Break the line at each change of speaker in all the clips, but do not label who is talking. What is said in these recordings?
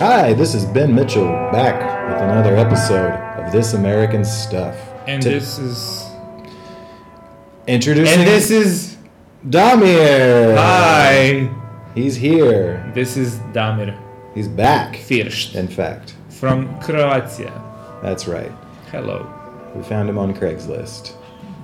Hi, this is Ben Mitchell back with another episode of This American Stuff.
And
To-
this is.
introducing
And this is.
Damir.
Hi!
He's here.
This is Damir
He's back.
First
In fact,
from Croatia.
that's right.
Hello.
We found him on Craigslist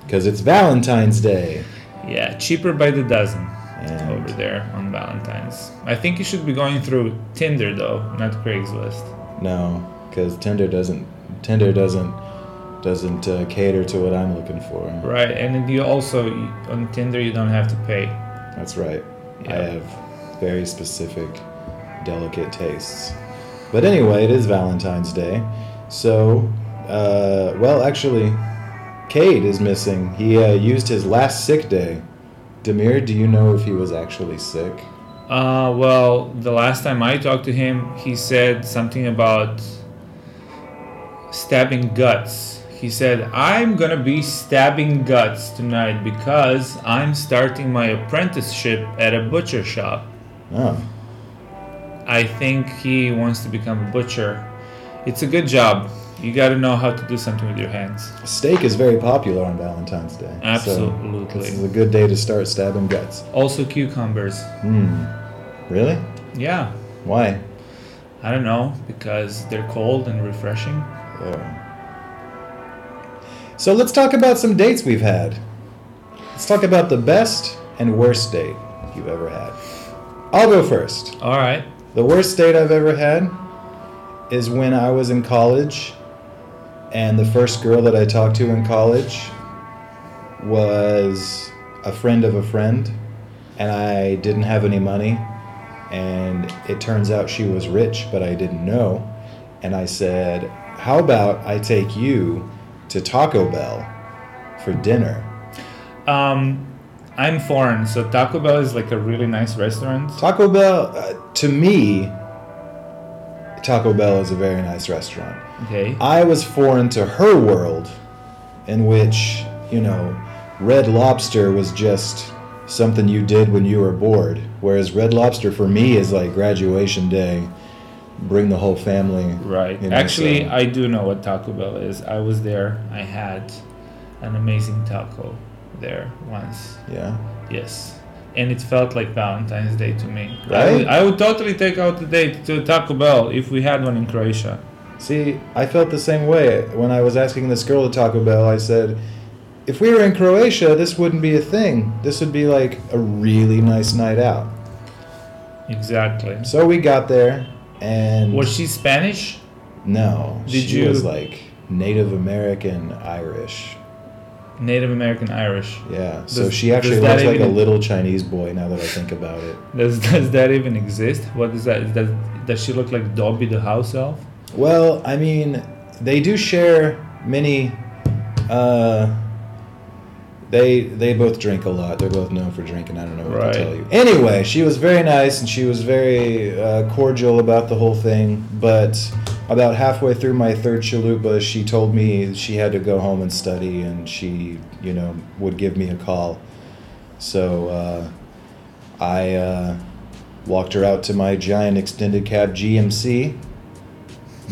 because it's Valentine's Day.
Yeah, cheaper by the dozen
And-
over there on Valentine's. I think you should be going through Tinder though, not Craigslist.
No, because Tinder doesn't Tinder doesn't doesn't uh, cater to what I'm looking for.
Right, and then you also, on Tinder, you don't have to pay.
That's right. I
Yeah.
have very specific, delicate tastes. But anyway, it is Valentine's Day. So, uh, well, actually, Cade is missing. He uh, used his last sick day. Demir, do you know if he was actually sick?
Uh, well, the last time I talked to him, he said something about stabbing guts. He said, I'm gonna be stabbing guts tonight because I'm starting my apprenticeship at a butcher shop.
Oh,
I think he wants to become a butcher. It's a good job. You gotta know how to do something with your hands.
steak is very popular on Valentine's Day. so
Absolutely.
this is a good day to start stabbing guts.
Also, cucumbers.
Hmm. Really?
Yeah,
Why?
I don't know, because they're cold and refreshing.
Yeah. So let's talk about some dates we've had. Let's talk about the best and worst date you've ever had. I'll go first.
Alright.
The worst date I've ever had is when I was in college, and the first girl that I talked to in college was a friend of a friend, and I didn't have any money, and it turns out she was rich, but I didn't know. And I said, How about I take you to Taco Bell for dinner?
Um, I'm foreign, so Taco Bell is like a really nice restaurant.
Taco Bell, uh, to me, Taco Bell is a very nice restaurant.
Okay.
I was foreign to her world, in which, you know, Red Lobster was just something you did when you were bored. Whereas Red Lobster for me is like graduation day, bring the whole family.
Right.
you know,
Actually,
so-
I do know what Taco Bell is. I was there. I had an amazing taco there once.
yeah.
Yes. And it felt like Valentine's Day to me. I
Right?
would, I would totally take out the date to Taco Bell if we had one in Croatia.
See, I felt the same way when I was asking this girl to Taco Bell. I said, if we were in Croatia, this wouldn't be a thing. This would be like a really nice night out.
Exactly.
So we got there, and
Was she Spanish?
No,
Did
she
you-
was like Native American Irish.
Native American Irish.
Yeah, so
Does-
she actually
does that
looks like a
even-
little Chinese boy now that I think about it.
Does does that even exist? What is that? Is that does she look like Dobby the house elf?
Well, I mean, they do share many. Uh, they they both drink a lot. They're both known for drinking. I don't know what
Right.
to tell you. Anyway, she was very nice and she was very uh, cordial about the whole thing. But about halfway through my third chalupa, she told me she had to go home and study, and she you know would give me a call. So uh, I uh, walked her out to my giant extended cab GMC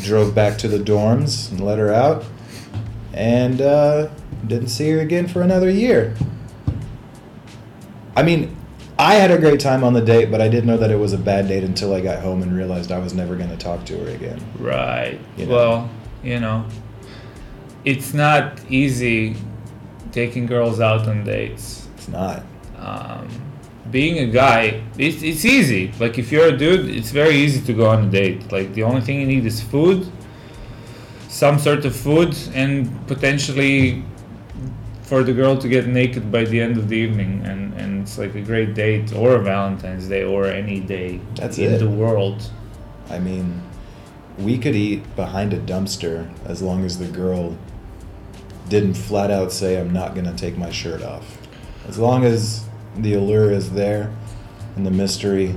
drove back to the dorms and let her out and uh, didn't see her again for another year i mean i had a great time on the date but i didn't know that it was a bad date until i got home and realized i was never going to talk to her again
Right.
You know?
Well, you know, it's not easy taking girls out on dates.
it's not
Um, being a guy, it's, it's easy. Like, if you're a dude, it's very easy to go on a date. Like, the only thing you need is food, some sort of food, and potentially for the girl to get naked by the end of the evening. And, and it's like a great date, or a Valentine's Day, or any day
That's
in
it.
the world.
i mean we could eat behind a dumpster as long as the girl didn't flat out say i'm not going to take my shirt off as long as the allure is there and the mystery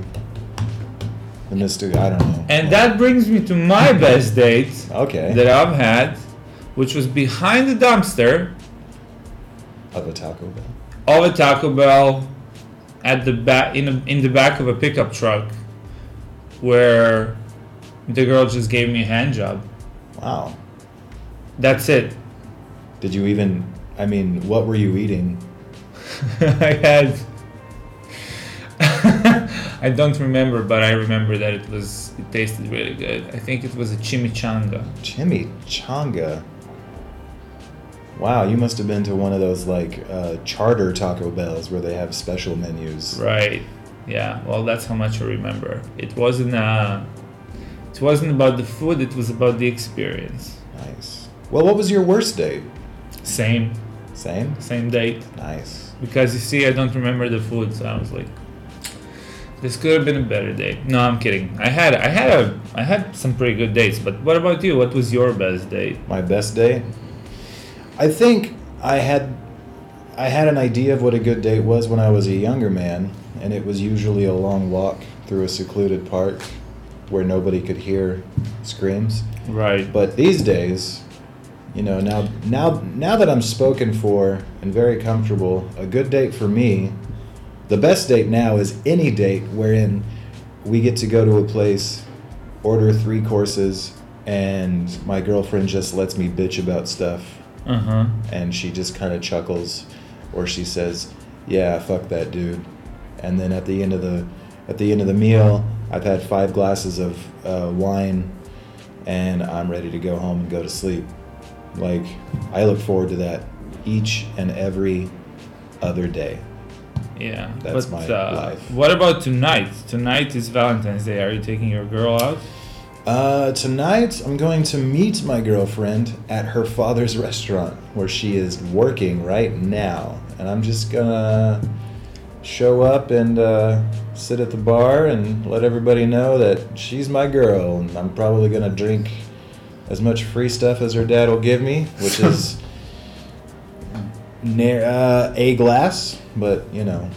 the mystery i don't know
And that brings me to my best date
Okay.
that I've had, which was behind the dumpster
of a Taco Bell.
of a Taco Bell at the back in, a, in the back of a pickup truck where The girl just gave me a hand job.
Wow.
That's it.
Did you even? I mean, what were you eating?
I had. I don't remember, but I remember that it was. It tasted really good. I think it was a chimichanga.
Chimichanga. Wow, you must have been to one of those like uh, charter Taco Bells where they have special menus.
Right. Yeah. Well, that's how much I remember. It wasn't. Uh, it wasn't about the food. It was about the experience.
Nice. Well, what was your worst date?
Same.
Same.
Same date.
Nice.
Because you see, I don't remember the food, so I was like, this could have been a better day. No, I'm kidding. I had I had a I had some pretty good dates. But what about you? What was your best date?
My best date. I think I had I had an idea of what a good date was when I was a younger man, and it was usually a long walk through a secluded park where nobody could hear screams.
Right.
But these days, you know, now now now that I'm spoken for and very comfortable, a good date for me, the best date now is any date wherein we get to go to a place, order three courses, and my girlfriend just lets me bitch about stuff
Uh huh.
and she just kind of chuckles or she says yeah fuck that dude and then at the end of the at the end of the meal i've had five glasses of uh, wine and i'm ready to go home and go to sleep like i look forward to that each and every other day
Yeah.
That's
but,
my
uh,
life.
What about tonight? Tonight is Valentine's Day. Are you taking your girl out?
uh, tonight i'm going to meet my girlfriend at her father's restaurant where she is working right now and i'm just gonna show up and uh, sit at the bar and let everybody know that she's my girl and i'm probably going to drink as much free stuff as her dad will give me which is near uh, a glass but you know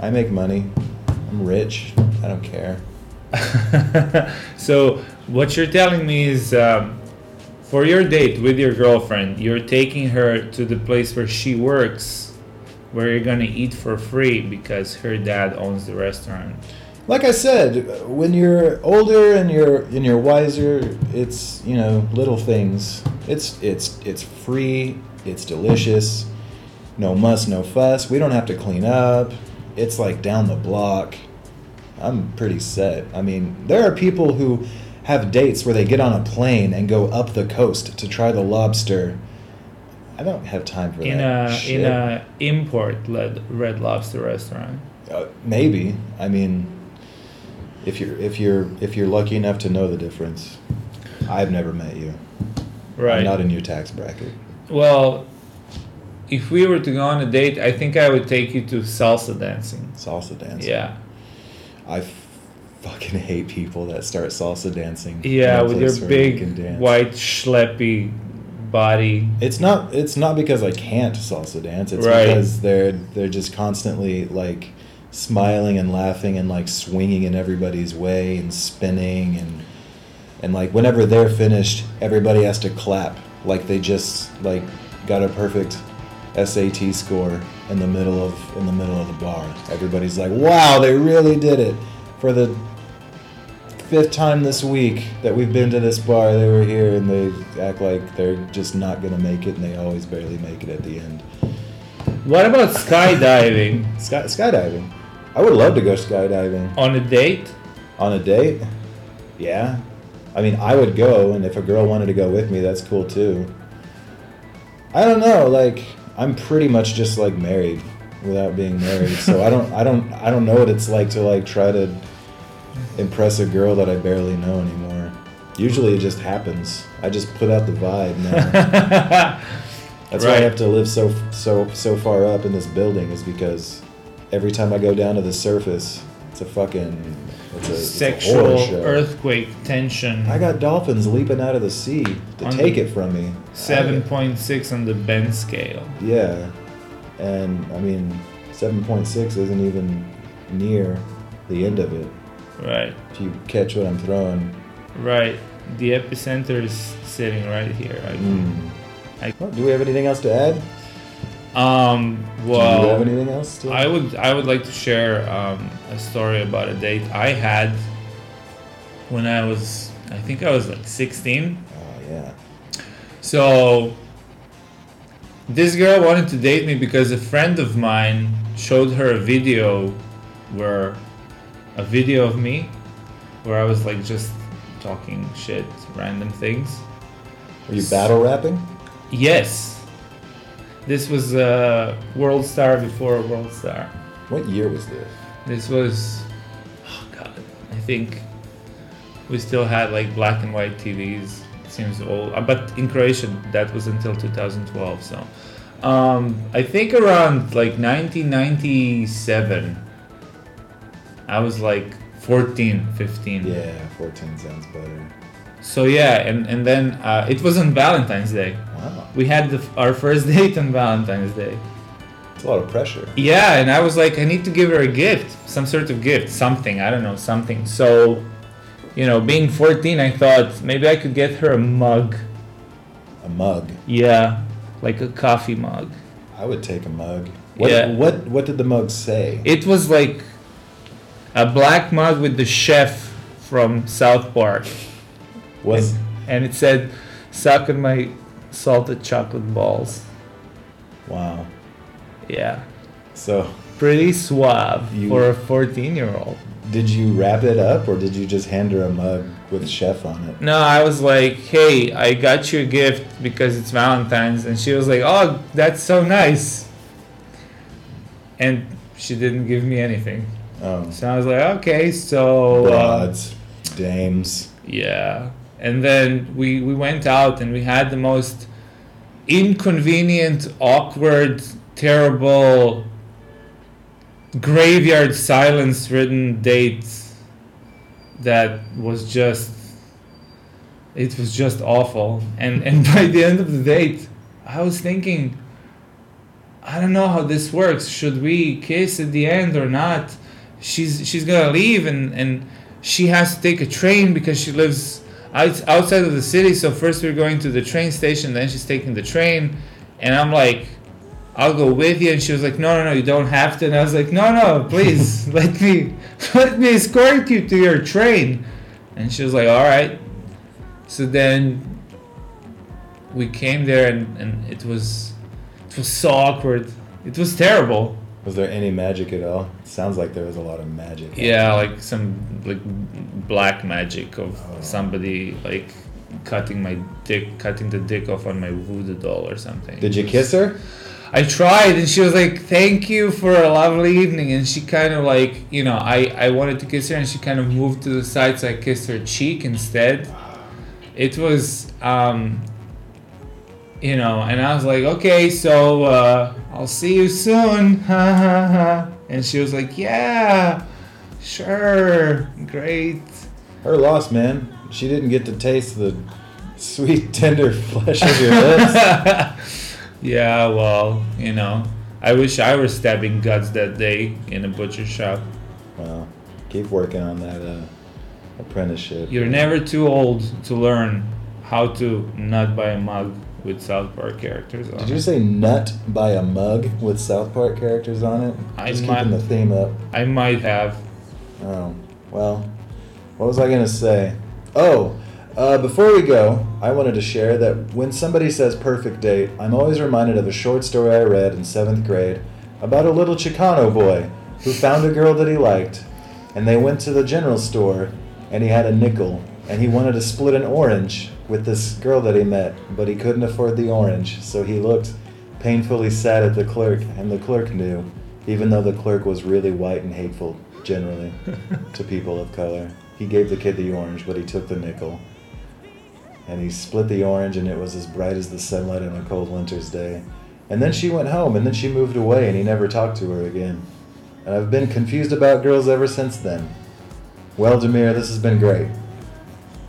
i make money i'm rich i don't care
so what you're telling me is um, for your date with your girlfriend you're taking her to the place where she works where you're gonna eat for free because her dad owns the restaurant
like I said, when you're older and you're and you're wiser, it's you know little things. It's it's it's free. It's delicious. No muss, no fuss. We don't have to clean up. It's like down the block. I'm pretty set. I mean, there are people who have dates where they get on a plane and go up the coast to try the lobster. I don't have time for
in
that.
a
shit.
in a import led red lobster restaurant
Uh, maybe. I mean, if you're if you're if you're lucky enough to know the difference, I've never met you.
right
I'm not in your tax bracket.
well if we were to go on a date i think i would take you to salsa dancing
Salsa dance.
yeah
I f- fucking hate people that start salsa dancing. in
yeah
a
with
place
your
where you
big
can dance.
white schleppy body
It's not. It's not because I can't salsa dance. It's
Right.
because they're they're just constantly like smiling and laughing and like swinging in everybody's way and spinning and and like whenever they're finished, everybody has to clap like they just like got a perfect SAT score in the middle of in the middle of the bar. Everybody's like, "Wow, they really did it!" For the fifth time this week that we've been to this bar. They were here and they act like they're just not gonna make it, and they always barely make it at the end.
What about skydiving
Sky skydiving. I would love to go skydiving
on a date?
on a date. Yeah, I mean, I would go, and if a girl wanted to go with me, that's cool too. I don't know. Like, I'm pretty much just like married without being married, so I don't, I don't, I don't know what it's like to like try to impress a girl that I barely know anymore. Usually, it just happens. I just put out the vibe now. That's why I
Right.
have to live so so so far up in this building is because every time I go down to the surface, it's a fucking it's a, it's a horror
Sexual
show.
earthquake tension.
I got dolphins leaping out of the sea to
On
take
the-
it from me.
Seven point six on the Ben scale.
I- yeah, and I mean, seven point six isn't even near the end of it.
Right,
If you catch what I'm throwing,
right. The epicenter is sitting right here.
mm.
Hmm. I-
Well, do we have anything else to add?
I- Um.
do you have
Well,
anything else? To...
I would I would like to share um, a story about a date I had when I was I think I was like 16.
Oh yeah.
So this girl wanted to date me because a friend of mine showed her a video where a video of me where I was like just talking shit, random things.
Are you battle rapping?
Yes. This was a uh, world star before world star.
What year was this?
This was oh god, I think we still had like black and white TVs. Seems old, uh, but in Croatia that was until 2012. So um, I think around like 1997, I was like 14, 15.
Yeah, 14 sounds better.
So yeah, and and then uh, it was on Valentine's Day.
Wow,
We had the, our first date on Valentine's Day.
it's a lot of pressure.
Yeah, and I was like, I need to give her a gift, some sort of gift, something, I don't know, something. So, you know, being 14, I thought maybe I could get her a mug.
A mug.
Yeah, like a coffee mug.
I would take a mug. What,
Yeah.
What What did the mug say?
It was like a black mug with the chef from South Park.
Was
And it said, suck on my salted chocolate balls.
wow.
Yeah.
So
Pretty suave
You-
for a 14 year old.
did you wrap it up, or did you just hand her a mug with chef on it?
No, I was like, hey, I got you a gift because it's Valentine's. And she was like, oh, that's so nice. And she didn't give me anything.
Oh,
So I was like, okay, so. Uh,
broads, dames.
yeah. And then we, we went out and we had the most inconvenient, awkward, terrible, graveyard silence ridden date that was just it was just awful and and by the end of the date i was thinking i don't know how this works should we kiss at the end or not she's she's gonna leave and and she has to take a train because she lives out, outside of the city so first we're going to the train station then she's taking the train and i'm like i'll go with you and she was like no no no you don't have to and i was like no no please let me let me escort you to your train and she was like all right so then we came there and, and it was it was so awkward. It was terrible.
Was there any magic at all? sounds like there was a lot of magic.
Yeah, like some like black magic of
Oh.
somebody like cutting my dick cutting the dick off on my voodoo doll or something.
Did you kiss her?
I tried and she was like, Thank you for a lovely evening and she kinda like you know, I, I wanted to kiss her and she kind of moved to the side so I kissed her cheek instead. It was um you know, and I was like, Okay, so uh, I'll see you soon. Ha ha ha and she was like, Yeah, sure, great.
Her loss, man. She didn't get to taste the sweet, tender flesh of your lips.
yeah, well, you know. I wish I were stabbing guts that day in a butcher shop.
Well, keep working on that uh, apprenticeship.
You're never too old to learn how to not buy a mug with South Park characters on
Did you
it.
say nut by a mug with South Park characters on it?
I
Just
might-
keeping the theme up.
I might have.
Oh, well, what was I going to say? Oh, uh, before we go, I wanted to share that when somebody says perfect date, I'm always reminded of a short story I read in seventh grade about a little Chicano boy who found a girl that he liked, and they went to the general store, and he had a nickel, and he wanted to split an orange with this girl that he met, but he couldn't afford the orange, so he looked painfully sad at the clerk, and the clerk knew, even though the clerk was really white and hateful generally to people of color. He gave the kid the orange, but he took the nickel. And he split the orange, and it was as bright as the sunlight on a cold winter's day. And then she went home, and then she moved away, and he never talked to her again. And I've been confused about girls ever since then. Well, Demir, this has been great.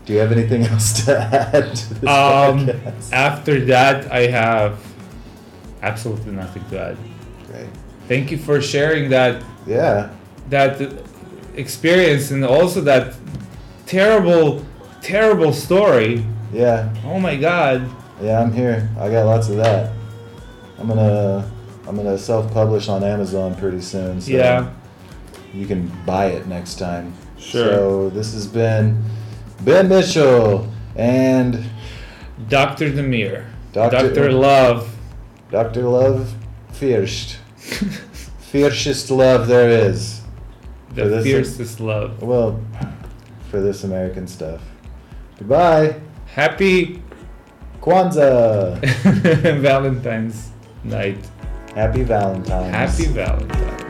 Do you have anything else to add to this
Um,
podcast?
after that, I have absolutely nothing to add.
Great.
Thank you for sharing that
Yeah.
that experience and also that terrible, terrible story.
Yeah.
Oh my God!
Yeah, I'm here. I got lots of that. I'm gonna I'm gonna self-publish on Amazon pretty soon. So
Yeah.
You can buy it next time.
Sure.
So this has been Ben Mitchell and
Dr. Demir.
Dr.
Dr. Love.
Dr. Love Fierst. Fiercest love there is.
The
So this is-
fiercest love.
Well, for this American stuff. Goodbye.
Happy
Kwanzaa.
Valentine's night.
Happy Valentine's.
Happy Valentine's.